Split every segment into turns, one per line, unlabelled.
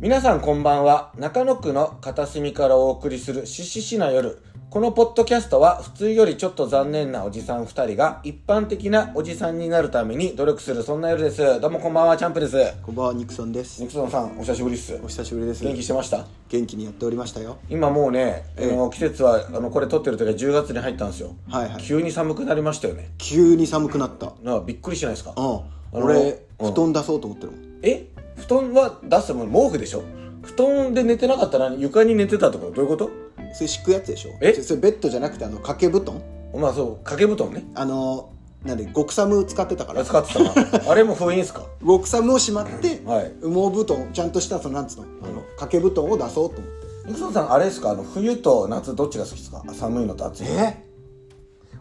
皆さんこんばんは中野区の片隅からお送りする「しししな夜」このポッドキャストは普通よりちょっと残念なおじさん2人が一般的なおじさんになるために努力するそんな夜ですどうもこんばんはチャンプです
こんばんはニクソンです
ニクソンさんお久しぶりっす
お久しぶりです
元気してました
元気にやっておりましたよ
今もうね、
ええ
あの季節はあのこれ撮ってる時は10月に入ったんですよ、
はいはい
急に寒くなりましたよね
急に寒くなった
なあびっくりしないですか
うん
の
俺
うん
布団出そうと思ってるもん
え布団は出すもん毛布でしょ布団で寝てなかったら床に寝てたとかどういうこと
それ敷くやつでしょ
え
ちょそれベッドじゃなくてあの掛け布団
まあそう掛け布団ね
あのなんで極寒使ってたか
あれ
ら
使ってたな あれも封印っすか
極寒をしまって
はい
羽毛布団ちゃんとしたそのなんつうのあの掛け布団を出そうと思って
ニクソンさんあれですかあの冬と夏どっちが好きですか寒いのと暑いの
え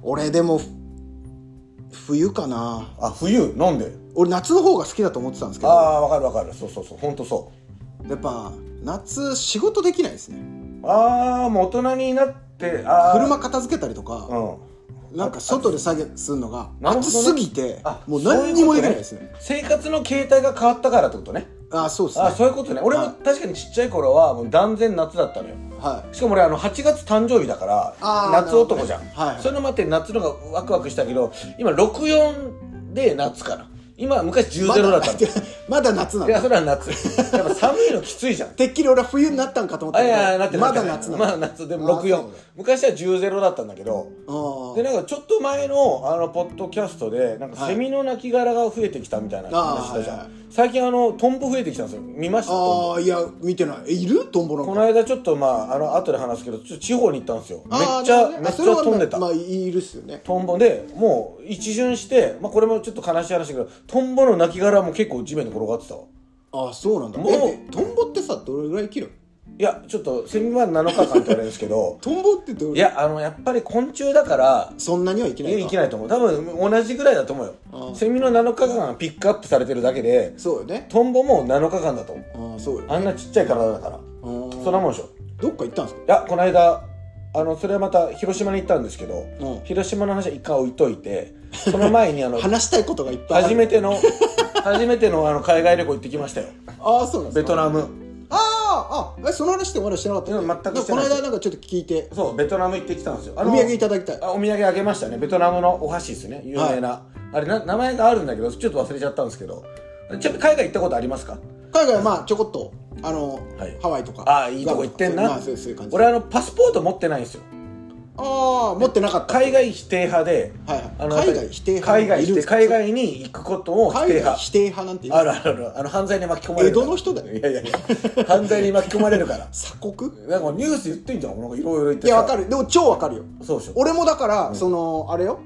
俺でもふ冬かな
あ冬なんで
俺夏の方が好きだと思ってたんですけ
あ
ど
あわかるわかるそうそうそうほんとそ
やっぱ夏仕事できないですね
うああもう大人になってあー
車片付けたりとか、
うん
なんか外で作業するのが
なるほどね
暑すぎて
あ
もう何にもできないですね
そういうことね生活の形態が変わったからってことね
あそうですね
あそういうことね俺も確かにちっちゃい頃はもう断然夏だったのよ
はい
しかも俺あの8月誕生日だから
あー
夏男じゃん、
なるほどねはい
そういうのもあって夏のがワクワクしたけど今64で夏かな今昔10ゼロだったの、い
まだ 夏なん
や
だ
それは夏やっぱ寒いのきつ いじゃん
てっきり俺は冬になったんかと思った
あい
け
やいやなって
ど
るなって
まだ
る
夏なん
ま
だ
だ夏で
あーそう
64
だ
昔は10ゼロだったんだけど
あー
でなんかちょっと前のあのポッドキャストでなんか
はい
セミの亡きがが増えてきたみたいな話したじゃん、
あーはいはい
最近あのトンボ増えてきたんですよ見ましたトンボ
あーいや見てないえいるトンボなん
こ
か
の間ちょっとまああの後で話すけどちょっと地方に行ったんですよめっ
あー
ちゃ、
なるほどね
めっ
あ
ち
そ
ゃ
れは
飛んでた、
まあいるっすよね
トンボでもう一巡して、まあ、これもちょっと悲しい話だけどトンボの亡きがらも結構地面に転がってたわ
あそうなんだ
もう
えでトンボってさどれぐらい生きる
いやちょっとセミは7日間って言われるんですけど
トンボってどれ
いやあのやっぱり昆虫だから
そんなには生きないか
生きないと思う多分同じぐらいだと思うよ
あー
セミの7日間がピックアップされてるだけで
そうよね
トンボも7日間だと思う
あーそうよ
あんなちっちゃい体だから
あー
そんなもんでしょ
どっか行ったんですか
いやこの間あのそれはまた広島に行ったんですけど、
うん
広島の話は一回置いといてその前に あの
話したいことがいっぱいあ
初
る
めての初めてのあの海外旅行行ってきましたよ
ああそうなんです
ベ
か
トナム
あーあえその話ってまだしてなかったっ
い
け
や全くしてない
んかこの間なんかちょっと聞いて
そうベトナム行ってきたんですよ
お
あ
土
の
産いただきたい
あお土産あげましたねベトナムのお箸ですね有名な、あれな名前があるんだけどちょっと忘れちゃったんですけどちなみに海外行ったことありますか
海外はまあちょこっとあの、
はい
ハワイとか
ああいいとこ行ってんな、
まあ、そうそういう感じ
俺
あ
あのパスポート持ってないんですよ
あ持ってなかった
海外否定派で、
はいはい
あのやっぱり
海外否定派
海外否
いる
定
んですか
海外に行くことを否定
海外
派
否定派なんている
あるあるあるあの犯罪に巻き込まれる
江戸の人だよ
いやいやいや 犯罪に巻き込まれるから
鎖国
なんかニュース言ってんじゃんなんかいろいろ言って
い
さ
やわかるでも超わかるよ
そうでしょ
俺もだから、そのあれよ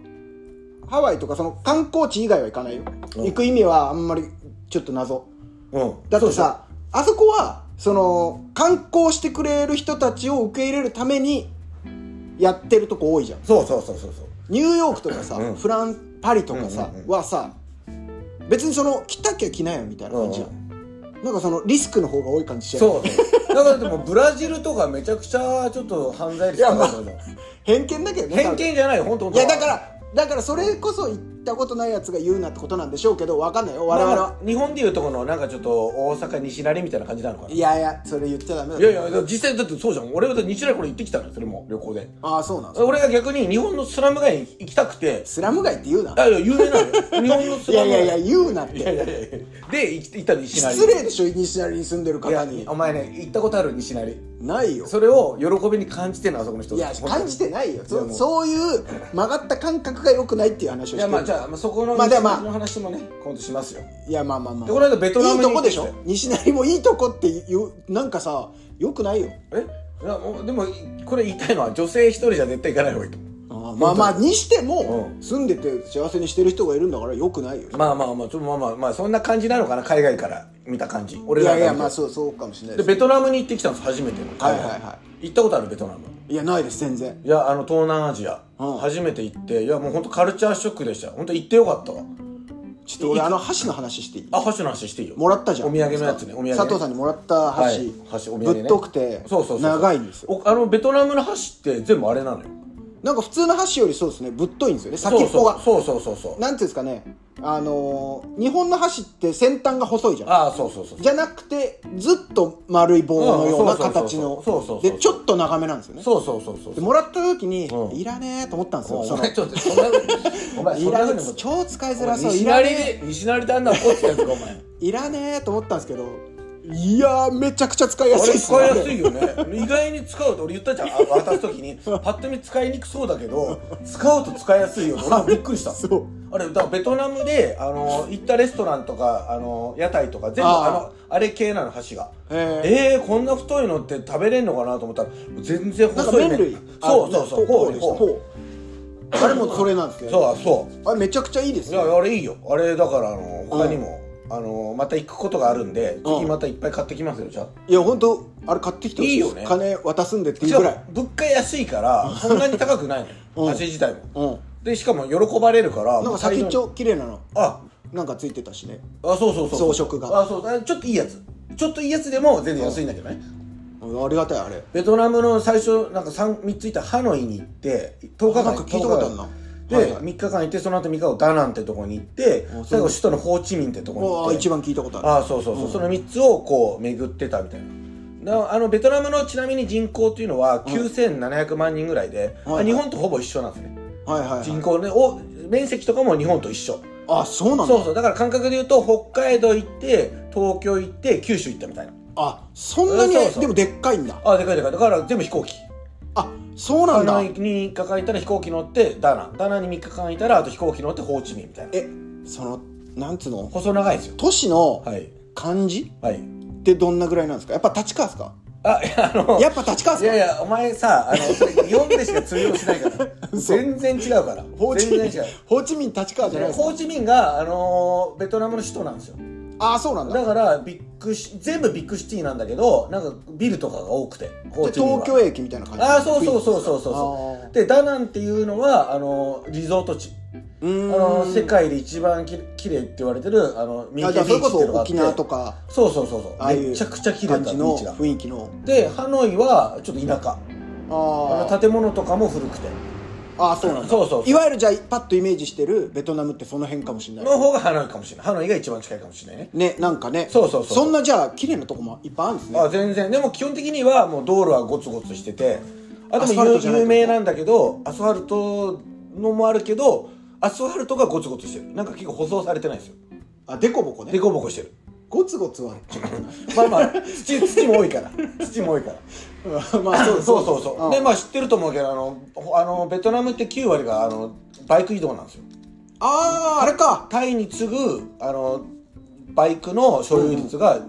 ハワイとかその観光地以外は行かないよ、
うん
行く意味はあんまりちょっと謎
うん
だってさあそこはその観光してくれる人たちを受け入れるためにやってるとこ多いじゃん
そうそうそうそうそう
ニューヨークとかさ、
うん
フランパリとかさ、
うんうんうん
はさ別にその来たきゃ来ないよみたいな感じやん、
う
なんかそのリスクの方が多い感じしちゃう
そうそうだからでもブラジルとかめちゃくちゃちょっと犯罪率高いのよ
偏見だけどね
偏見じゃないよ本当
多
本
分
当
いやだからだからそれこそ行ったことないやつが言うなってことなんでしょうけどわかんないよ我々は、
まあ日本でいうとこのなんかちょっと大阪西成みたいな感じなのかない
いやいやそれ言っちゃダメ
や
だ
いや実際だってそうじゃん俺は西成これ行ってきたのよそれも旅行で
ああそうなんですか
俺が逆に日本のスラム街に行きたくて
スラム街って言うない
やいや有名なのよ日本のス
い
ラ
や
ム街
いやいや言うなって
いやいやいやいやで行き行ったの西成
失礼でしょ西成に住んでる
いや
方に
お前ね行ったことある西成
ないよ
それを喜びに感じてんのあそこの人
いや
本当に
感じてないよ
いや
そ
もう
そういう曲がった感覚が良くないっていう話をして
い
る
やまあじゃあまあそこの
まあ
西
でもまあ
成の話もね今度しますよ
いやまあまあまあ
でこの間ベトナムに
いいとこでし
行っ
ょ
て
西成もいいとこっていうなんかさ良くないよ
えいやもうでもいこれ言いたいのは女性一人じゃ絶対行かない方がいいと思
まあまあにしても、
うん
住んでて幸せにしてる人がいるんだから良くないよ
うまあまあまあちょっとまあまあまあそんな感じなのかな海外から見た感じ俺
い
らが見
やい
て
やまあそうそうかもしれない
で
です
ベトナムに行ってきたんです初めての
はいはいは
行ったことあるベトナム
いいやないです全然
いやあの東南アジア、
うん
初めて行っていやもう本当カルチャーショックでした本当行ってよかったわ
ちょっと俺あの箸の話していい
あ箸の話していいよ
もらったじゃん
お土産のやつねお土産ね
佐藤さんにもらった箸、
はい箸お土産ね
ぶっとくて
そうそうそう
長いんですよ
おあのベトナムの箸って全部あれなのよ
なんか普通の箸よりそうですねぶっといんですよね先っぽが
そうそうそうそうそう
なんていうんですかねあのー日本の箸って先端が細いじゃん
ああそうそうそう
じゃなくてずっと丸い棒のよう
う
なん
そうそうそう
形
そう
の
そうそうそう
でちょっと長めなんですよね
そうそうそうそう
でもらった時に、
うん
いらねえと思ったんですよ
お
その
前ちょっと そんなお前そ
い
んな
ら
ふう
ね
に
え
も
超使いづらそうい
西
ら
成
ね
で西成であんな怒ってたやつかお前
えいらねえと思ったんですけどいやーめちゃくちゃ使いや
あ
すい
れ
です
使いやす
ね
いよね意外に使うと俺言ったじゃんあ渡す 時にパッと見使いにくそうだけど使うと使いやすいよね俺もびっくりした
そう
あれだからベトナムであの行ったレストランとかあの屋台とか全部
あ
あ
ー
のあれ系なの箸が
え
えー、こんな太いのって食べれんのかなと思ったら全然
ー、なんか
細い、ね、
麺類
そうそうそう
こ
こ
う
う
でした
こ
こうあれもそれなんですけ
う
ど
そうそう
あれめちゃくちゃいいです
いや
よ
あれいいよあれだからあの他にも、あのまた行くことがあるんで
うん
次またいっぱい買ってきますよじゃあ
いや本当あれ買ってきてほしいです
いいよね
金渡すんでっていうぐらい
物価安いからそんなに高くないの
うん
箸自体も
うん
でしかも喜ばれるから
なんか先っち
ょ
ょ綺麗なの
あ
なんかついてたしね
あそうそうそう
装飾が
あそうあちょっといいやつちょっといいやつでも全然安いんだけどね、
うんありがたいあれ
ベトナムの最初なんか 3, 3ついたハノイに行って10日間
なんか聞いたことあるな
で、
はいはい
3日間行ってその後3日後ダナンってとこに行って
あそう
最後首都のホーチミンってとこに
う
行
わ
っ
ー
て
一番聞いたことある
ああそうそうそう、
うん
その3つをこう巡ってたみたいななあのベトナムのちなみに人口っていうのは9700万人ぐらいで、
はいはい
日本とほぼ一緒なんですね、
はいはい、はい
人、口ねお面積とかも日本と一緒
あそうなんだ
そうそうだから感覚で言うと北海道行って東京行って九州行ったみたいな
あそんなに
うんそうそう
でもでっかいんだ
あでかいでかいだから全部飛行機
あそうな
ハ
んだ
ノイに3日間いたら飛行機乗ってダナンダナンに3日間いたらあと飛行機乗ってホーチミンみたいな
えそのなんつうの
細長いんですよ
都市の
はい
漢字
はい
ってどんなぐらいなんですかやっぱ立川ですか
あいやあの
やっぱ立川っ
い
すか
やいや、お前さ、あの、それ日本でしか通用し ないから。
嘘
全然違うから。
ホーチミン
全然違う。
ホーチミン立川じゃないですか
ホーチミンが、あのーベトナムの首都なんですよ。
あそうなんだ
だから、ビッグシ、全部ビッグシティなんだけど、なんかビルとかが多くて、ホーチ
じゃ
ミ
あ
ンは。
東京駅みたいな感じ
ああ、そうそうそうそうそう
あ
そ
ー
う。で、ダナンっていうのは、あのーリゾート地。あ
うーん
のー世界で一番ききれいって言われてる、あの、ミ
あ
ンケ
じゃあ
ビ
そ
ーチ
れこ
って
そ
いうのがあって。
沖縄とか
そうそうそうそう。
ああいう
めちゃくちゃ綺麗だっ
感
た
じ
ビー
の
チが。
雰囲気の
で、ハノイは、ちょっと田舎。あ
あ
の
ー
建物とかも古くて
あーそうなんだ
そうそうそう
いわゆるじゃあパッとイメージしてるベトナムってその辺かもしれな
の
い
方がハノイかもしれないハノイが一番近いかもしれないね
ねなんかね
そうそうそう
そんなじゃあ綺麗なとこもいっぱいあるんですね
あ全然でも基本的にはもう道路はゴツゴツしててあ
ア
で
スファ
も
ルト
有
じゃない
有名なんだけどアスファルトのもあるけどアスファルトがゴツゴツしてるなんか結構舗装されてないんですよ
あデコボコね
でこぼこしてる
ゴツゴツは
まあまあ土土も多いから土も多いから
まあ そう
そうそうそう、
ん
でまあ知ってると思うけどあのほあのベトナムって9割があのバイク移動なんですよ
あああれか
タイに次ぐあのバイクの所有率が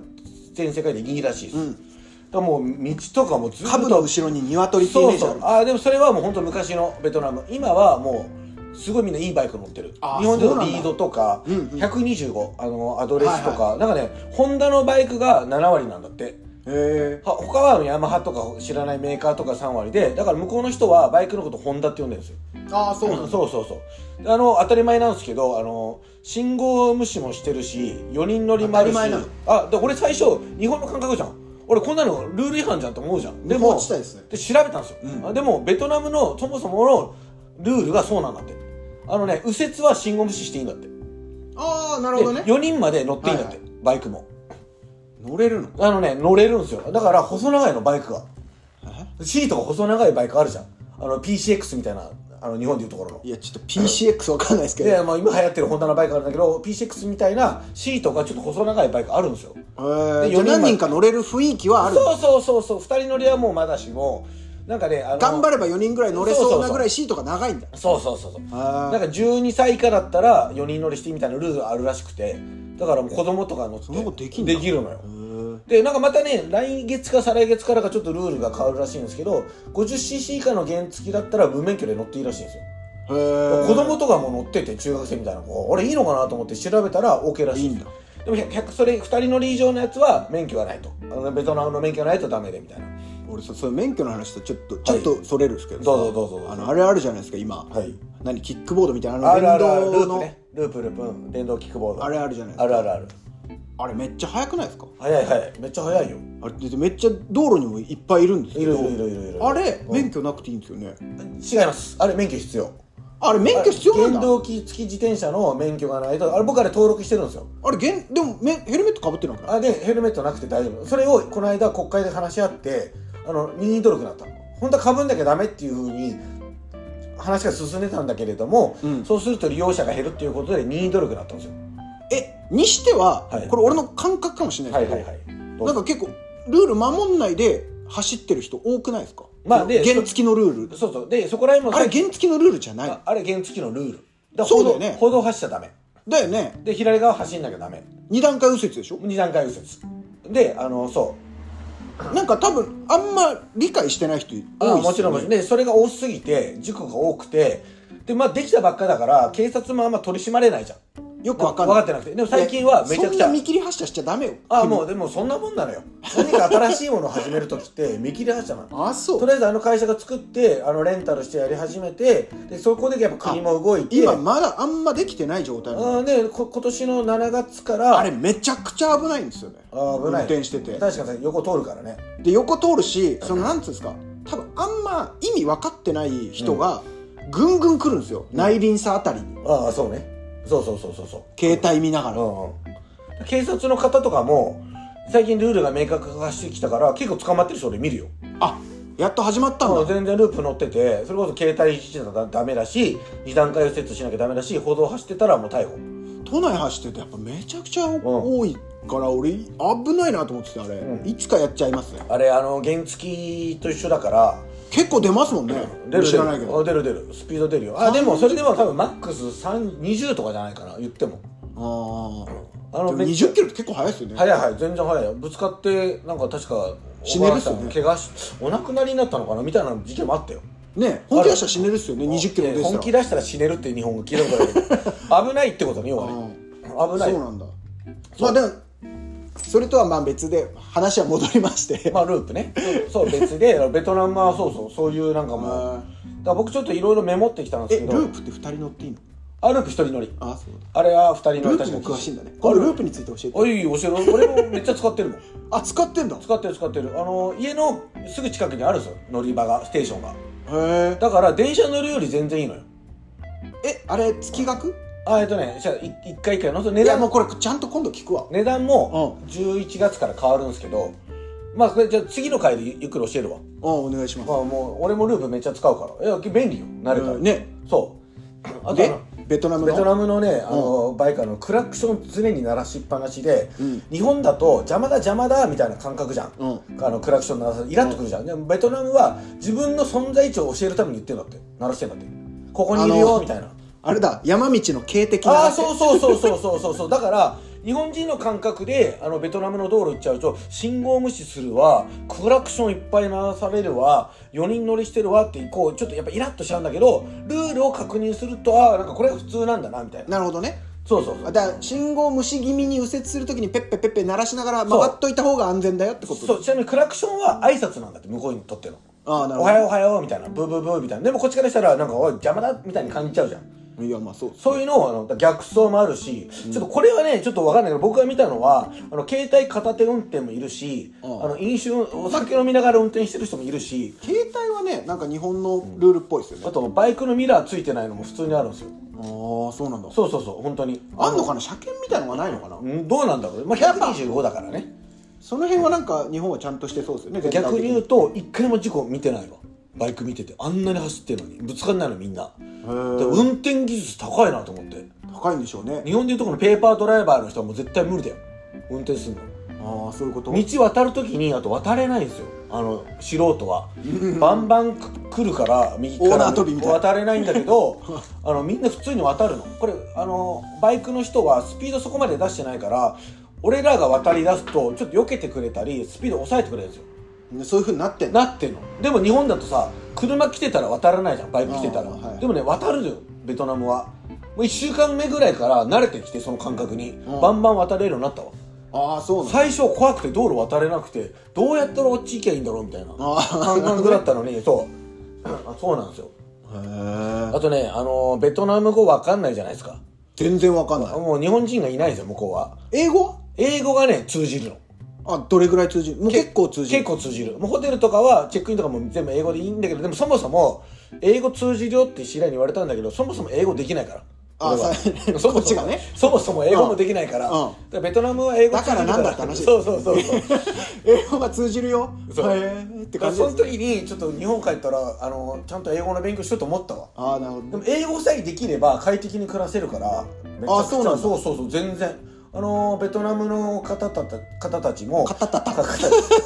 全世界で2位らしいです、だからもう道とかもずっと
株の後ろに鶏ってイメ
そ
ー
う
ジ
そう
ある
あーでもそれはもう本当昔のベトナム今はもうすごいみんないいバイク乗ってる日
あー
本で
そうな
の
ん
リ
だ
ードとか、
うんうん
125あのアドレスとか、
は
なんかねホンダのバイクが7割なんだって
へえ
は他はヤマハとか知らないメーカーとか3割でだから向こうの人はバイクのことホンダって呼んでるんですよ
ああそうなんだ
そうそうそうあの当たり前なんですけどあの信号無視もしてるし4人乗りもあるし
当たり前なの
あで俺最初日本の感覚じゃん俺こんなのルール違反じゃんと思うじゃんで
で
も
も落ちたいですね
で調べたんですよ、
うん
あでもベトナムのそもそものルールがそうなんだってあのね右折は信号無視していいんだって
ああなる
で
ほどね
4人まで乗っていいんだって、
は
バイクも
乗れるの
あのね乗れるんですよだから細長いのバイクがシートが細長いバイクあるじゃんあの PCX みたいなあの日本でいうところの
いやちょっと PCX わかんないですけ
い
どへ
やまあ今流行ってるホンダのバイクあるんだけど PCX みたいなシートがちょっと細長いバイクあるんですよ
え
で
じゃあ
四人まで
何人か乗れる雰囲気はある
そうそうそうそう2人乗りはもうまだしもなんかねあの
頑張れば4人ぐらい乗れそう
そうそう
な
そう
ぐらいシートが長いんだ
そうそうそうそう
あ
な
ー
んか12歳以下だったら4人乗りしていいみたいなルールがあるらしくてだからもう子供とか乗って
そんなことできんだ
るのよ
へ
でなんかまたね来月か再来月からかちょっとルールが変わるらしいんですけど 50cc 以下の原付きだったら無免許で乗っていいらしいんですよ
えへえ
子供とかも乗ってて中学生みたいな子俺いいのかなと思って調べたら OK らしい
いいんだ
でも100それ2人乗り以上のやつは免許がないとあのベトナムの免許がないとダメでみたいな
俺さその免許の話とちょっとちょっとそれるんですけど
どうぞどうぞどうぞ
あのあれあるじゃないですか今
はい
何キックボードみたいな
あるあるあるル
電動
ープ
の
ねループループうん電動キックボード
あれあるじゃないですか
あるあるある
あれめっちゃ早くないですか
早い早いめっちゃ早いよ
あれでめっちゃ道路にもいっぱいいるんです
い
け
る
ど
いるいるいるいる
あれ
うん
免許なくていいんですよね、
違いますあれ免許必要
あれ免許必要なん
原
だ
動機付き自転車の免許がないとあれ僕あれ登録してるんですよ
あれげんでもめヘルメットかぶってなくない
あでヘルメットなくて大丈夫それをこの間国会で話し合ってあの任意登録になったの本当はかぶんなきゃダメっていうふうに話が進んでたんだけれども、
うん
そうすると利用者が減るっていうことで任意登録になったんですよ
えにしては、
はい
これ俺の感覚かもしれない
は
で
い
すけど、
はいはい
なんか結構ルール守んないで走ってる人多くないですか
まあで
原付きのルール
そうそうでそこら辺も
あれ原付きのルールじゃない
ああれ原付のルールだから
そう
歩
だよ
道
ね
歩道走っちゃダメ
だよね
で左側走んなきゃダメ
二段階右折でしょ
二段階右折であのそう
なんか多分あんま理解してない人多いっす
あ
よね
もちろんもちろんでそれが多すぎて事故が多くてでまあできたばっかだから警察もあんま取り締まれないじゃん
よくわかん
分
な
か
い
ってなくてでも最近はめちゃくち
そん
ゃ
な見切り発車しちゃダメよ
あもうでもそんなもんなのよ何か新しいものを始める時って見切り発車なの
あそ
と
う
りあえずあの会社が作ってあのレンタルしてやり始めてでそこでやっぱ国も動いて
今まだあんまできてない状態なの
うんでこ今年の7月から
あれめちゃくちゃ危ないんですよね
あ危ない
運転してて
確かにさ横通るからね
で横通るしそのなんつうんですか多分あんま意味分かってない人がぐんぐん来るんですよ、内輪差あたりに
ああそうねそうそうそうそうそう
携帯見ながら、
うん、警察の方とかも最近ルールが明確化してきたから結構捕まってる人俺見るよ
あやっと始まったんだ、
全然ループ乗っててそれこそ携帯してたらダメだし二段階右折しなきゃダメだし歩道走ってたらもう逮捕
都内走っててやっぱめちゃくちゃ多いから俺危ないなと思っててあれ、
うん
いつかやっちゃいますね
あれあの原付と一緒だから
結構出ますもんね、
出る
知
出
らないけ
る
ど
あ出る出るスピード出るよあでもそれでも多分マックス3 20とかじゃないかな言っても
あ
あ
あ
の
2 0キロって結構速いですよね
早い早い全然早いよぶつかってなんか確か
死ねるっすよね
おばあちゃん怪我しお亡くなりになったのかなみたいな事件もあったよ
ね本気出したら死ねるっすよね2 0キロ
ね
出てたら
本気出したら死ねるっていう日本語聞いたこと ある危ないってことね要はね危な
そ
いう
なんだまあでもそれとはまあ別で話は戻りま して、
まあループねそうそう別でベトナムはそうそうそういうなんかもう
あ
だから僕ちょっといろいろメモってきたん
ー
で
え
すけ
ル
ど
ープって2人乗っていいの
あループ一人乗り
あそう
あれは二人乗り
だループも詳しいんだね
こ
今
れル
度ル
ー
ー
プ
プについて教え
お
て
いおい教えろ俺もめっちゃ使ってるもん
あ使ってんだへ
使ってる使ってるあの家のすぐ近くにあるんですよ乗り場がステーションが
え
だから電車乗るより全然いいのよ
えあれ月額
あえっとねじゃあい一回一回のその値
いや
段
もうこれちゃんと今度聞くわ
値段も11月から変わるんですけど、まあこれじゃあ次の回でゆっくり教えるわ、
あお願いします
まあ、もう俺もループめっちゃ使うからいや便利よ慣れたら、
うんね
そうあとあ
で
の
ベトナム
ベ
の
トナムのねあの、バイカーのクラクション常に鳴らしっぱなしで、
うん
日本だと邪魔だ邪魔だみたいな感覚じゃん、
うん
あのクラクション鳴らすイラっとくるじゃん、でもベトナムは自分の存在位置を教えるために言ってんだって鳴らしてんだってここにいる
あ
よ
の
みたいな
あれだ山道の警笛
ああー
う
そうそうそうそうそうそうそうだから日本人の感覚であのベトナムの道路行っちゃうと信号無視するわクラクションいっぱい鳴らされるわ4人乗りしてるわってこうちょっとやっぱイラッとしちゃうんだけどルールを確認するとああなんかこれが普通なんだなみたいな
なるほどね
そうそうそう
だから信号無視気味に右折するときにペッペペッペ鳴らしながら曲がっといた方が安全だよってこと
そうちなみにクラクションは挨拶なんだって向こうにとっての
ああなる
お
ほ
はようおはようみたいなブーブーブーみたいなでもこっちからしたらなんかおい邪魔だみたいに感じちゃうじゃん
どいやまあそう
そういうのをあの逆走もあるし、ちょっとこれはね、ちょっとわかんないけど、僕が見たのは、あの、携帯片手運転もいるし、
う
あ
ん
の、飲酒、お酒飲みながら運転してる人もいるし、
携帯はねなんか日本のルールっぽいですよね、
あと、バイクのミラーついてないのも普通にあるんですよ。
ああそうなんだ
そうそうそう、本当に。
あんのかな車検みたいのがないのかな、
うんどうなんだろうね。まあ、125だからね。
その辺はなんか日本はちゃんとしてそうですよね
逆に言
へ
うと、一回も事故見てないわ。バイク見てて、あんなに走ってるのに、ぶつかんないのみんな。で
ー
運転技術高いなと思って。
高いんでしょうね
日本でいうとこのペーパードライバーの人はもう絶対無理だよ。運転するの。
ああそういうこと
道渡るときにあと渡れないんですよあの素人はバンバンく来るから右から
オーナー飛びみたいな
渡れないんだけ どあのみんな普通に渡るのこれあのバイクの人はスピードそこまで出してないから俺らが渡り出すとちょっと避けてくれたりスピード抑えてくれるんですよ
そういうふうになってんだ
なってんのでも日本だとさ車来てたら渡らないじゃんバイク来てたら、
あーはい
でもね渡るのよベトナムはもう1週間目ぐらいから慣れてきてその感覚に
うん
バンバン渡れるようになったわ
ああそうなんだ
最初怖くて道路渡れなくてどうやったらあっち行きゃいいんだろうみたいな
あ
感覚だったのにそうあそうなんですよ
あへえ
あとねあのベトナム語わかんないじゃないですか
全然わかんない
もう日本人がいないんですよ向こうは
英語は
英英語がね、通じるの。
あどれぐらい通じるもう結構通じる
結構通じる。もうホテルとかは、チェックインとかも全部英語でいいんだけど、でもそもそも、英語通じるよって知り合いに言われたんだけど、そもそも英語できないから。
あ
俺は
さ
そ
こ
も
っち
そ
が
も
ね
そもそも英語もできないから。
うんうん
だからベトナムは英語通じる
だから なんだって話
そうそうそうそう。
英語が通じるよ
そう
へえって
だから
感じ
その
ですね
時にちょっと日本帰ったらあのちゃんと英語の勉強しようと思ったわ
ああなるほど
でも英語さえできれば快適に暮らせるからめちゃくちゃ
あそうなんだ
そうそうそう全然あのベトナムの方た方たちも
カタタタ
だか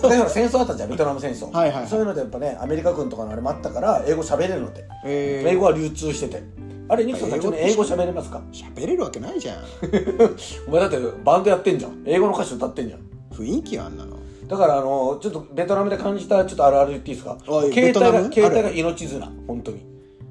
ら戦争あったじゃんベトナム戦争
はいはいはい
そういうのでやっぱねアメリカ軍とかのあれもあったから英語喋れるのって、
え
英語は流通しててあれニクソンさんちなみに英語喋れますか
喋れるわけないじゃん
お前だってバンドやってんじゃん英語の歌詞歌ってんじゃん
雰囲気はあんなの
だからあのちょっとベトナムで感じたちょっとあるある言っていいですか
お
携
い
帯
ベトナ
が
ム
携
あ
帯
る
が
あ
命綱本当に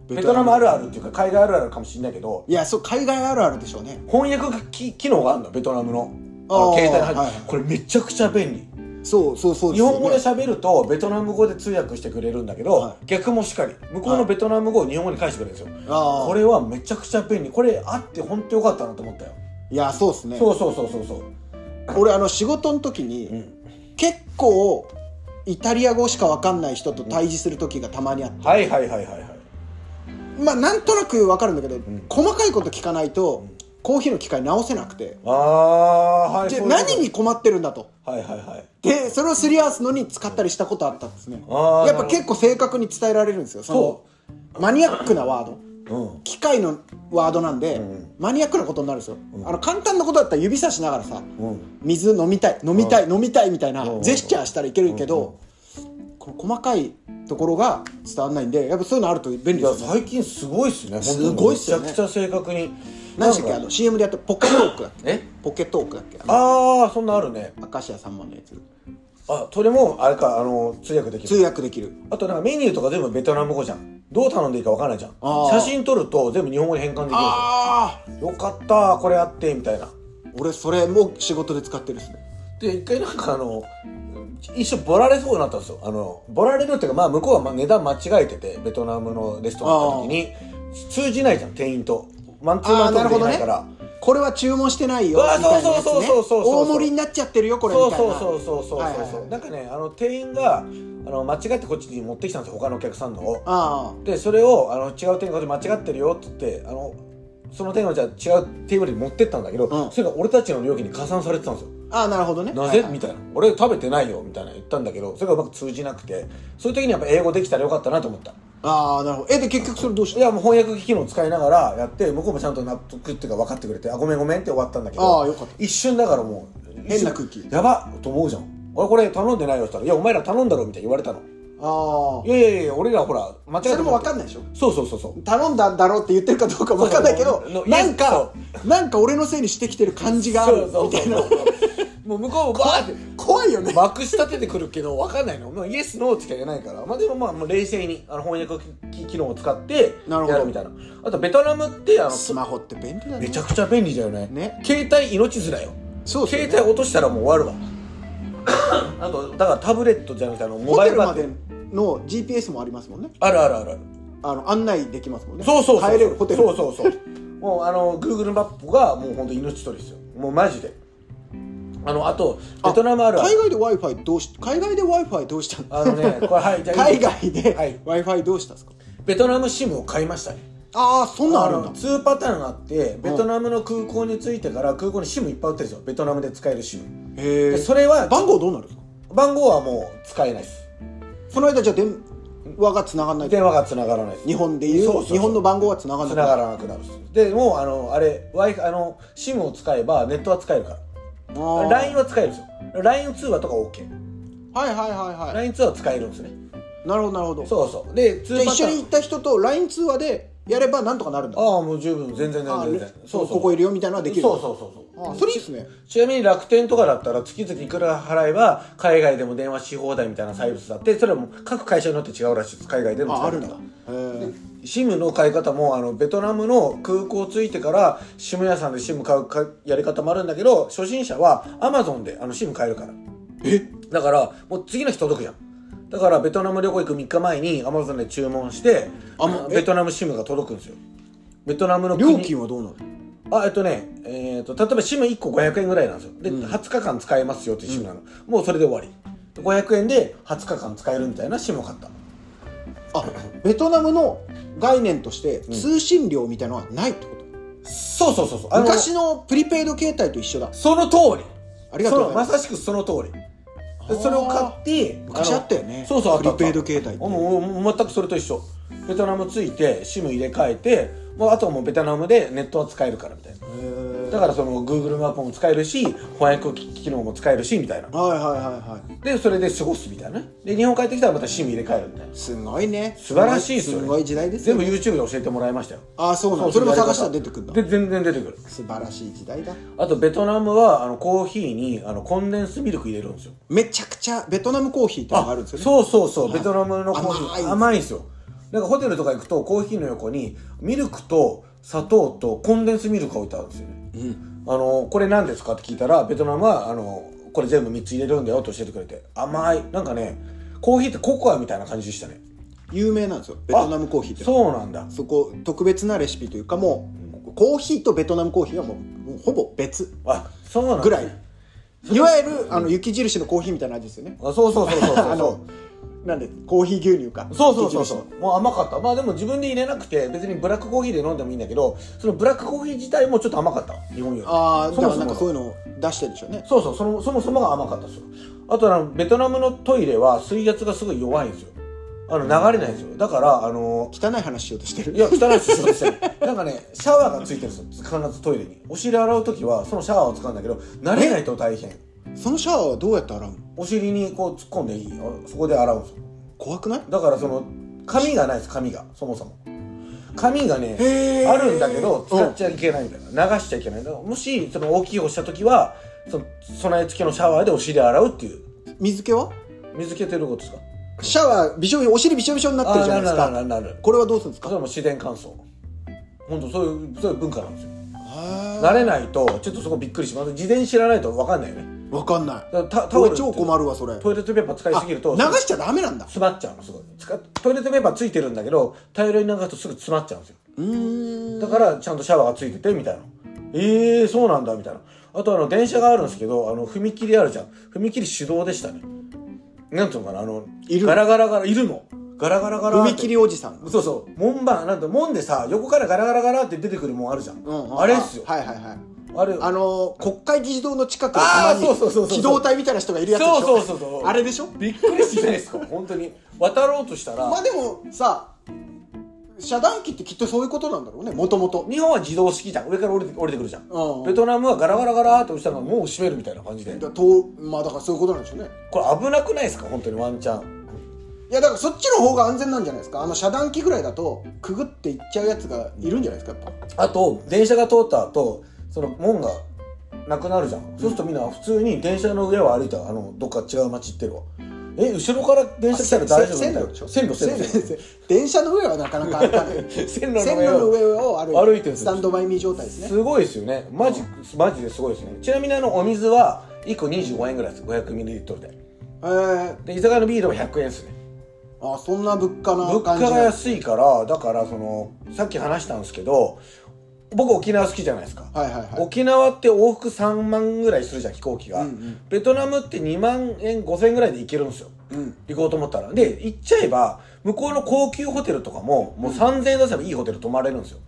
ベトナム
ベトナムあるあるっていうか海外あるあるかもしれないけど
いやそう海外あるあるでしょうね
翻訳機機能があるのベトナムのあ
あ
の
ー
携帯に入って、
はいはい
これめちゃくちゃ便利
そうそうそう
日本語で
ゃ
喋るとベトナム語で通訳してくれるんだけど、
は
逆もしかり向こうのベトナム語を日本語に返してくれるんですよ、
あ
こ
れ
れはめちゃくちゃ便利これあって本当よかったなと思ったよ、
いやそうですね
そうそうそうそうそう
俺あの仕事の時に、結構イタリア語しかわかんない人と対峙する時がたまにあって、
はいはいはいはいはい
まあなんとなくわかるんだけど、細かいこと聞かないと、コーヒーの機械直せなくて、
ああーはい
じゃ
そういうこと
何に困ってるんだと
はいはいはい
でそれをすり合わすのに使ったりしたことあったんですね
あー
やっぱ結構正確に伝えられるんですよそのマニアックなワード
うん
機械のワードなんで、マニアックなことになるんですよ、あの簡単なことだったら指さしながらさ、
うん
水飲みたい飲みたい、飲みたいみたいな
うん
ジェスチャーしたらいけるけど、この細かいところが伝わんないんでやっぱそういうのあると便利
い
で
や
すよね
最近すごいっすね
すごいっすよね
めちゃくちゃ正確に
何でしたっけ
な
あ
んか
の CM でやったポケトークだっけ
え
ポケトークだっけあの
ああそんなんあるね
明石家さんまのやつ
あそれもあれかあの通訳でき
通
る
訳できる
あとなんかメニューとか全部ベトナム語じゃんどう頼んでいいか分かんないじゃん
あー
写真撮ると全部日本語に変換できるんです
ああ
よよかったこれあってみたいな
俺それも仕事で使ってるっすね
で一回なんかあの一緒ボラれそうになったんですよあのボラれるっていうかまあ向こうはまあ値段間違えててベトナムのレストラン行った時に通じないじゃん店員とマンツーマントークできないから、
これは注文してないよ
うわ
みたいなやつね
そうそうそうそうそうそう
大盛りになっちゃってるよこれみ
そう
たい
そう
な
そうそうそうそうそう、
はいはいはい
なんかねあの店員があの間違ってこっちに持ってきたんですよ他のお客さんのを
あ
でそれをあの違う店員がこれ間違ってるよって言ってあのその店員はじゃあ違うテーブルに持ってったんだけど、
うん
それが俺たちの料金に加算されてたんですよ
あああなるほどね
なぜ、
はいはい
みたいな俺食べてないよみたいな言ったんだけどそれがうまく通じなくてそういう時にやっぱ英語できたらよかったなと思った
ああなるほどえで結局それどうし
い
た
やもう翻訳機能使いながらやって向こうもちゃんと納得っていうか分かってくれてあごめんごめんって終わったんだけど
あーよかった
一瞬だからもう
変な空気
やばっと思うじゃん俺これ頼んでないよって言ったら「いやお前ら頼んだろ」みたいに言われたの
ああ
いやいやいや俺らほら間違えて
それも分かんないでしょ
そうそうそうそう
頼んだんだろうって言ってるかどうか分かんないけど
そうそうそう
なんか
そ
なんか俺のせいにしてきてる感じがある
そう
み
そうそ
たいうな
もう向こうもこう
怖
や
い
って
怖いよね
まくし立ててくるけど分かんないの、まあ、イエスノーしか言えないから、まあ、でもまあもう冷静にあの翻訳機機能を使って
なるほど
やるみたいなあとベトナムってあの
スマホって便利だ
め
ね
ちゃくちゃ便利だよね
ね
携帯命綱よ
そうっすよね
携帯落としたらもう終わ るわあとだからタブレットじゃなくてあのモ
ホ
バイ
テ
ル
ルま
バッ
で
テリー
の GPS もありますもんね
あるあるあるある
あの案内できますもんね
そうそうそう
帰れるホテル
そうそうそうもうあの Google マップがもう本当命取りですよもうマジであのあとベトナムあるある
海外で w i f i どうし海外で w i f i どうしたん
あの ねこれはいじゃあ
海外で
はい
w i f i どうしたんですか
ベトナム SIM を買いましたね
ああそんなんあるん
の
だ
2パターンあってベトナムの空港に着いてから空港に SIM いっぱい売ってるんですよベトナムで使える SIM
へ
で
え
それは
番号どうなるんですか
番号はもう使えないです
その間じゃあ電話が繋がんない
電話が繋がらないです
日本でいう
そうそうそう
日本の番号は繋がんない
繋がらなくなるっすでもうあのあれ Wi-Fi あの SIM を使えばネットは使えるか
あ
ら
ー
LINE は使えるんですよ LINE 通話とか OKLINE、
はいはいはいは
LINE 通話使えるんですね
いなるほどなるほど
そうそうで
じ
通
ゃあ
話
一緒に行った人と LINE 通話でやればなんとかなるんだ
ああもう十分全然全
あ
然全然
そうここいるよみたいなのはできる
そうそうそうそう
あそれいいっすね
ちなみに楽天とかだったら月々いくら払えば海外でも電話し放題みたいなサービスだってそれはもう各会社によって違うらしいです海外でも
あ
使
あ
え
る
る
ん
か
だ
ら
へえ
SIM の買い方もあのベトナムの空港着いてから SIM 屋さんで SIM 買うかやり方もあるんだけど初心者は Amazon であの SIM 買えるから
え
だからもう次の日届くじゃんだからベトナム旅行行く3日前に Amazon で注文して
あもうえ
ベトナム SIM が届くんですよベトナムの国
料金はどうなる
あえっとね、えっと例えば SIM1 個500円ぐらいなんですよで、
うん
20日間使えますよっていう SIM なの、もうそれで終わり500円で20日間使えるみたいな SIM を買った
あベトナムの概念として
ん
通信料みたいのはないってこと、
そうそうそうそうあの
昔のプリペイド携帯と一緒だ
その通り
ありがとうございます
そのまさしくその通りで
あー
それを買って
昔あったよ
あ
ね
のそうそうあった
プリペイド携帯って
帯って全くそれと一緒ベトナム着いて SIM 入れ替えてもうあとはもうベトナムでネットは使えるからみたいな
へー
だからその Google マップも使えるし翻訳機能も使えるしみたいな
はいはいはいはい
でそれで過ごすみたいなねで日本帰ってきたらまた SIM 入れ替えるみたいな
すごいね
素晴らしいですよね
すごい時代ですよ
全部 YouTube で教えてもらいましたよ
ああそうなのそれも探したら出てくるんだ
で全然出てくる
素晴らしい時代だ
あとベトナムはあのコーヒーにあのコンデンスミルク入れるんですよ
めちゃくちゃベトナムコーヒーってのがあるんですよね
そうそうそう、
はい
ベトナムのコーヒー
甘
甘
い
いんですよなんかホテルとか行くとコーヒーの横にミルクと砂糖とコンデンスミルクが置いてあるんですよね
うん
あのこれ何ですかって聞いたらベトナムはあのこれ全部3つ入れるんだよって教えてくれて甘いなんかねコーヒーってココアみたいな感じでしたね
有名なんですよベトナムコーヒーって
そうなんだ
そこ特別なレシピというかもうコーヒーとベトナムコーヒーはもうもうほぼ別
あそうなんだ
ぐらいいわゆるあの雪印のコーヒーみたいな味ですよね
あそうそうそうそうそう
あのなんでコーヒー牛乳か
そうそうそう
雪
そ
印
うもう甘かったまあでも自分で入れなくて別にブラックコーヒーで飲んでもいいんだけどそのブラックコーヒー自体もちょっと甘かった日本より
のああだ
そ
か
も
ら
そ
なん
も
かそういうのを出してるんでしょうね
そうそうそのそもそもが甘かったですよあとあのベトナムのトイレは水圧がすごい弱いんですよあの流れないんですよだからあの
汚い話しようとして
い
る
や汚いですよそう ですなんかねシャワーがついてるんですよ必ずトイレにお尻洗う時はそのシャワーを使うんだけど慣れないと大変
そのシャワーはどうやって洗うの
お尻にこう突っ込んでいいあそこで洗うんですよ
怖くない
だからその紙がないです紙がそもそも紙がね
へー
あるんだけど使っちゃいけないみたいな、流しちゃいけないだからもしその大きいをした時はその備え付けのシャワーでお尻洗うっていう
水気は
水気ということですか
シャワーびしょびしょお尻びしょびしょになってるじゃないです
あな
か
るなるなるなる
これはどうするんです
そ
か
れはもう自然乾燥本当そういうそういう文化なんですよ
へ
慣れないとちょっとそこびっくりします事前に知らないと分かんないよね
ーわかんない
だからタタオ
俺
ル
超困るわそれ
トイレットペーパー使いすぎると
あ流しちゃダメなんだ
詰まっちゃうのすごい使っトイレットペーパーついてるんだけど大量に流すとすぐ詰まっちゃうんですよ
うーん
だからちゃんとシャワーがついててみたいなええー、そうなんだみたいなあとあの電車があるんですけどあの踏切あるじゃん踏切手動でしたねなんていうのかなあの
いる
ガラガラガラいるのガラガラガラ
踏切おじさん
そうそう門番なんて門でさ横からガラガラガラって出てくるもんあるじゃん、
うんうん
あれっすよ
はいはいはい
あれ
あのー国会議事堂の近くで
あ
た
ー
まに
そうそうそうそう
機動隊みたいな人がいるやつでしょ
そうそうそうそう
あれでしょ
びっくりしないですか 本当に渡ろうとしたら、
まあでもさ遮断機ってきっとそういうことなんだろうねもともと
日本は自動式じゃん上から降りて降りてくるじゃん、
うん
ベトナムはガラガラガラって押したらもう閉めるみたいな感じで
だとまあだからそういうことなんでしょうね
これ危なくないですか本当にワンチャン
いやだからそっちの方が安全なんじゃないですかあの遮断機ぐらいだとくぐっていっちゃうやつがいるんじゃないですかやっぱ
あと電車が通った後その門がなくなるじゃん、そうするとみんな普通に電車の上を歩いたあのどっか違う街行ってるわえ後ろから電車来たら大丈夫みたい
線
な
路でしょ
線路線路
線路電車の上はなかなか歩かない
線路
線
の
路
上
の
を
上を歩いて
歩いてるんですよ
スタンドバイミー状態ですね
すごいですよねマジ,、マジですごいですねちなみにあのお水は1個25円ぐらいです5 0 0トルで
えー、
で居酒屋のビールは100円ですね
あそんな物価な
物
感
価
じ
が
が
安いからだからそのさっき話したんですけど僕沖縄好きじゃないですか、
はいはいはい
沖縄って往復3万ぐらいするじゃん飛行機が、
うんうん
ベトナムって2万円5000円ぐらいで行けるんですよ
うん
行こうと思ったらで行っちゃえば向こうの高級ホテルとかももう3000円出せばいいホテル泊まれるんですよ、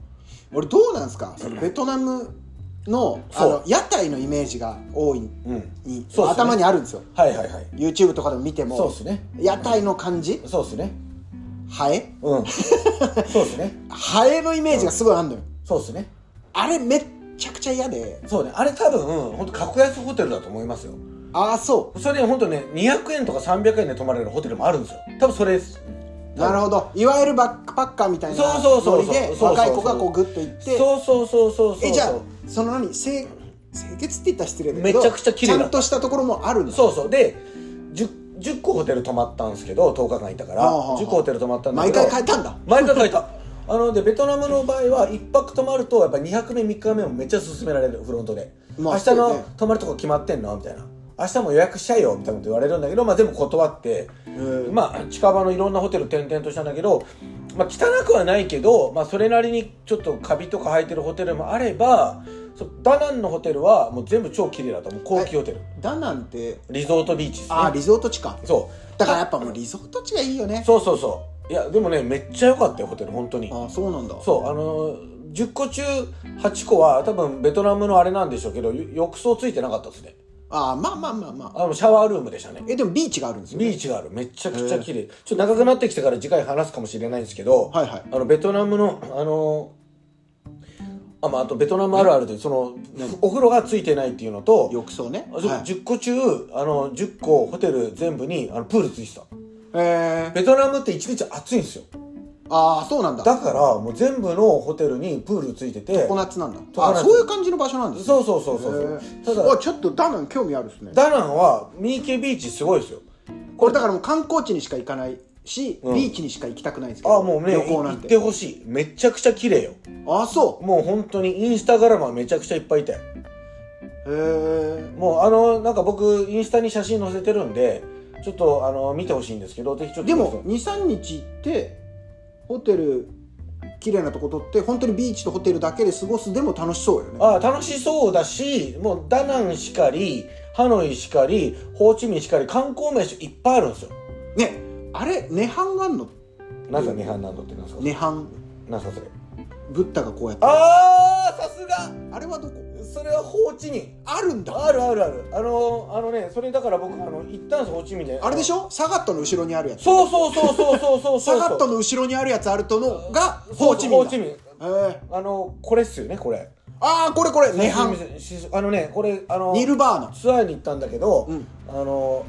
俺どうなんですかそのベトナムのあ
そ
の
う
屋台のイメージが多い
うん
に、
そうっすね
頭にあるんですよ
はいはいはい
YouTube とかでも見て
そう
も
ですね
屋台の感じ
そうですね
ハエ
うん そうですね
ハエのイメージがすごいあんのよ
そうですね
あれめっちゃくちゃ嫌で
そうねあれ多分本当格安ホテルだと思いますよ
ああそ
それね本当ね200円とか300円で泊まれるホテルもあるんですよ多分それです
うなるほどいわゆるバックパッカーみたいな
そうそうそうそう
ノリで
そうそう
若い子がこうグッと行って
そうそうそうそうそう
えじゃあその何清清潔って言ったら失礼だけど
めちゃくちゃ綺麗
ち
だ
ゃんとしたところもあるんだ
そうそうで 10, 10個ホテル泊まったんですけど10日間いたから
ああああ
10個ホテル泊まったんだけ
毎
ど
回変えたんだ
毎回変えたあのでベトナムの場合は1泊泊まるとやっぱ2泊目3日目もめっちゃ勧められるフロントで、
まあ
明日
そうね
の泊まるとこ決まってんのみたいな明日も予約しちゃえよみたいなこと言われるんだけど、まあ、全部断って、
うん
まあ、近場のいろんなホテル転々としたんだけど、まあ、汚くはないけど、まあ、それなりにちょっとカビとか生えてるホテルもあればそうダナンのホテルはもう全部超綺麗だったもう高級ホテル、
ダナンって
リゾートビーチですね
ああリゾート地か
そう
だからやっぱもうリゾート地がいいよね
そうそうそういやでもねめっちゃ良かったよホテル本当に
ああそうなんだ
そうあのー10個中8個は多分ベトナムのあれなんでしょうけどゆ浴槽ついてなかったですね
ああまあまあまあまあ
あのシャワールームでしたね
えでもビーチがあるんですよね
ビーチがあるめちゃくちゃ綺麗ちょっと長くなってきてから次回話すかもしれないんですけど、
はいはい
あのベトナムのあのあ,、まあ、あとベトナムあるあるというそのお風呂がついてないっていうのと
浴槽ね
あそう
はい
10個中あの10個ホテル全部にあのプールついてた
えー
ベトナムって一日暑いんですよ
ああそうなんだ
だからもう全部のホテルにプールついてて
常夏なんだ
常夏
あそういう感じの場所なんですね
そうそうそうそう
へ
そ
ー
うただ
あちょっとダナン興味あるですね
ダナンはミーケビーチすごいですよ
これだからもう観光地にしか行かないし、
うん
ビーチにしか行きたくないんですけど
あもうね
旅
行
行な
っ
んて
てほしいめちゃくちゃ綺麗よ
ああそ
もう本当にインスタグラマーめちゃくちゃいっぱいいて
うへ
もうあのなんか僕インスタに写真載せてるんでちょっとあの見てほしいんですけどぜひちょっ
え
と
でも23日行ってホテル綺麗なとこ取って本当にビーチとホテルだけで過ごすでも楽しそうよね
あ楽しそうだしもうダナンしかりハノイしかりホーチミンしかり観光名所いっぱいあるんですよ
ねあれ涅槃があんの
なぜ涅槃なんだってなんすか
涅槃
なんすかそれ
ブッダがこうやって
あーさすが
あれはどこ
それはホーチミン
あるんだ
あるあるあるあのあのねそれだから僕あの行ったんですホーチミンで
あれでし
ょ
ょサガットの後ろにあるやつ
そうそうそうそうそうそうそ
サ
う
ガット
の
の後ろにあるやつあるとのがホーチミン
ホ
だ
ーチミン
へえ
あのこれっすよねこれ
ああこれこれ涅槃
しあのねこれあの
ニルバーナ
ツアーに行ったんだけど、
うん
あの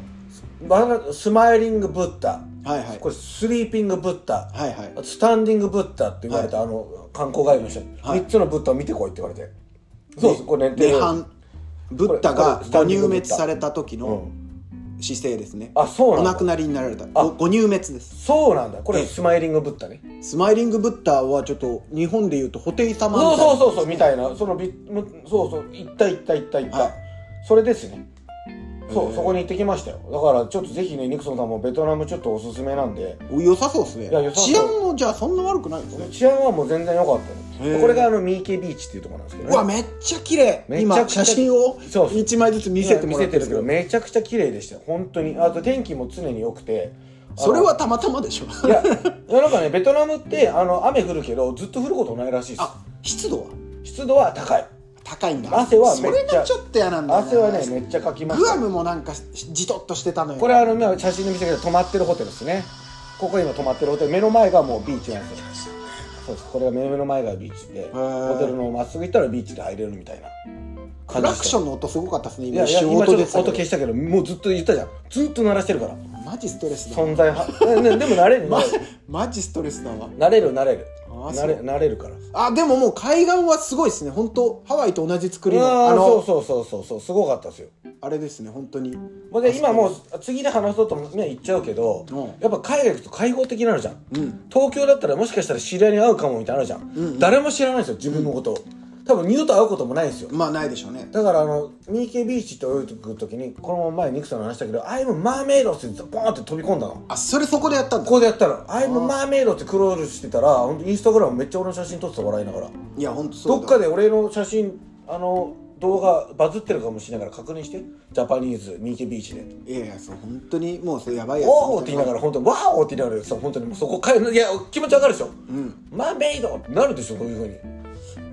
バナスマイリングブッダ
はいはい
これスリーピングブッダ
はいはい
スタンディングブッダって言われた、あの観光ガイドの人に、
はい
3つのブッダを見てこいって言われてそうですこれね
涅槃ブッダ
こ
が
れこれ
ご入滅された時
う
の
ん、
姿勢ですね、
あそう
お
な
亡く
んだ
なりになられた
あ
ごご入滅です
そうなんだこ
え
れ
え
スマイリングブッダね
スマイリングブッダはちょっと日本でいうと布袋様みた
そ
いうな
そうそうそうみたいなそのびむそうそう行った行った行った行った、
はい
それですねそ
へ
う
え
そこに行ってきましたよだからちょっとぜひねニクソンさんもベトナムちょっとおすすめなんで
お良さそうですね
いや良さそう
治安もじゃあそんな悪くないですね
治安はもう全然良かった
へ
ね
え
これがあのミーケビーチっていうところなんですけど、
うわめっちゃ綺麗
めっちゃ
今写真を
そうそう
一枚ずつ見せてもらってるんですけど
見せてるけどめちゃくちゃ綺麗でしたよ本当にあと天気も常に良くてあの
それはたまたまでしょ
いやいやなんかねベトナムってあの雨降るけどずっと降ることないらしいです
あ湿度は
湿度は高い
高いんだ
汗はめっちゃ
それがちょっと嫌なんだよな
汗はねめっちゃかきます
グアムもなんかじとっとしてたのよ
これあの今写真で見せたけど泊まってるホテルですねここ今泊まってるホテル目の前がもうビーチなんですよそうですこれが目の前がビーチで
ー
ホテルのまっすぐ行ったらビーチで入れるみたいな
ク
感じ
ラ
で
ク
し
シ
た
ョンの音すごかったです
い
ね今
や
一
いや
瞬
今
音
ちょ
で
っ
す
と音消したけどもうずっと言ったじゃんずっと鳴らしてるから
マジストレスだ
存在はえねでも慣れる
ま
慣れる
マジストレスだわ
慣れる慣れる
あーそ
慣
う
れ慣れるから
あでももう海岸はすごいですね本当ハワイと同じ作りの
あ
あ
あそ
の
うそうそうそうそうすごかったですよ
あれですね本当に
もうで今もう次で話そうとね言っちゃうけど、
うん
やっぱ海外行くと開放的なのじゃん、
うん
東京だったらもしかしたら知り合いに会うかもみたいなのあるじゃん、誰も知らないんですよ自分のことを、多分二度と会うこともないんですよ
まあないでしょうね
だからあのミーケビーチって泳いでくるときにこの前ニクさんの話したけど「アイムマーメイド」ってボーンって飛び込んだの
あそれそこでやった
こ
んだ
こでやったら「アイムマーメイド」ってクロールしてたらほんとインスタグラムめっちゃ俺の写真撮ってた笑いながら
いや本当そう
ど
だ
っかで俺の写真あの動画バズってるかもしれないから確認してジャパニーズミーケビーチで
いやいやそう本当にもうそれやばいやつ
おーって言いながら本当に「わーお!」って言いながらさ本当にもうそこかいや気持ちわかるでしょ「マーメイド!」ってなるでしょそういうふうに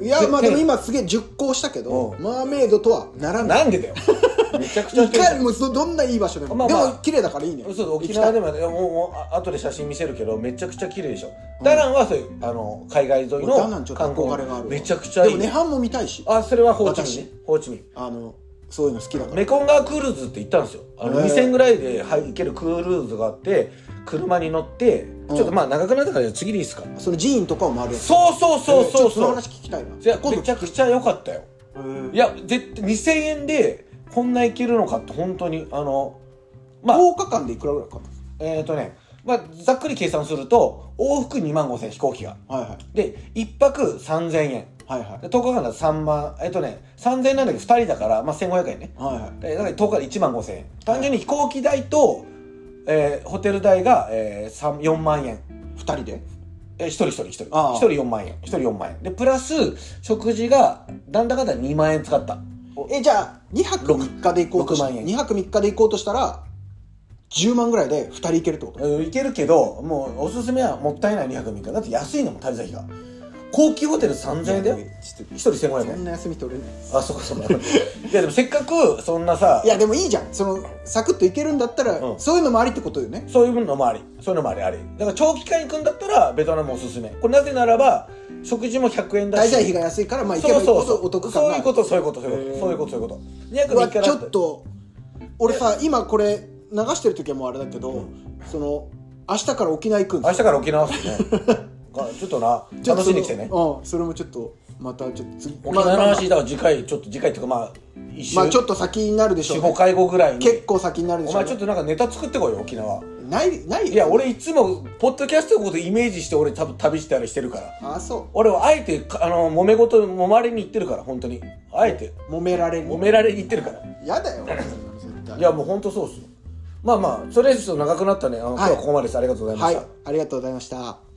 いやまあでも今すげえ熟考したけど
う
マーメイドとはならない
なんでだ よめちゃくちゃや
い
ってるじ
か
ゃ
に
ん
もどどんないい場所でも、
まあまあ
でも綺麗だからいいね
そうそう
行
沖
きた
縄
い
でもいやもうもうあ後で写真見せるけどめちゃくちゃ綺麗でしょ、ダナンはそういうあの海外沿いの
ダナンちょっと
観光
憧れがあるわ
めちゃくちゃいい、
でも涅槃も見たいしあ
あそれはホーチミンねホーチミン
のそういうの好きだから
メコンガークルーズって行ったんですよあの
へえ
2000ぐらいではい行けるクルーズがあって車に乗ってちょっとまあ長くなったから次でいいですか、
その寺院とかを回るやつ
そうそうそう
ちょ
そ
っ
う
とその
そう
話聞きたいない
やめちゃくちゃ良かったよいや絶対2000円でこんな行けるのかって本当にあのまあ
10日間でいくらぐらいかかるんです
えっ、ー、とね、まあ、ざっくり計算すると往復2万5000飛行機が
かはいはい
で1泊3000円
はいはい
で10日間だと3万えっとね3000円なんだけど2人だから、まあ、1500円ね
はいはい
でだから10日で1万5000円単純に飛行機代と、えーホテル代が、えー、3 4万円
2人で
えー、一人一人一人。
ああ
一人4万円。一人4万円。で、プラス、食事が、なんだかんだ2万円使った。
えじゃあ2泊3日で行こうとし
六万円
2泊3日で行こうとしたら10万ぐらいで2人行けるってこ
え
と
ーいけるけど、もう、おすすめはもったいない2泊3日。だって安いのもん、滞在費が。高級ホテル3000円だよ。
ちょっと
一人1500
そん
円。
な休み取れない
あ、そこそこ。いや、でもせっかく、そんなさ
い、やでもいいじゃんそのサクッと行けるんだったら、
うん
そういうのもありってことよね
そういうのもあり。そういうのもあり、あり。だから長期間行くんだったら、ベトナムおすすめ。これなぜならば、食事も100円だし。
滞在費が安いからまあ行
そ
けば
うそ
行くほ
うそ
ど
う。
お得感
そう
があ
いう
る
こと、そういうこと、そういう
へ
こ
ー
と。そういうこと、そういうこと。2泊
うわ
3日だ
ちょっと俺さ今これ流してる時はもうあれだけど、その明日から沖縄行くんで
明
す
日から沖縄っすね あちょっとな
ちょっ
楽し
と
んできてね
うんそれもちょっとまたちょっと次
沖縄の
まあまあ
話だから次回ちょっと次回っていうかまあ一週、
まあちょっと先になるでしょう、
45回後ぐらいに
結構先になるで
お
しょう、
前ちょっとなんかネタ作ってこいよ沖縄
ないないよ
いや俺いつもポッドキャストのことイメージして俺多分旅したりしてるから
あそ
俺はあえてかあの揉め事揉まれに行ってるから本当にあえて
う揉められる
揉められに行ってるから
やだよそんなの絶対
いやもう本当そうっすよまあまあそれ以上長くなったねあの今日はここまでです、ありがとうございま
は
し
い
た、
ありがとうございました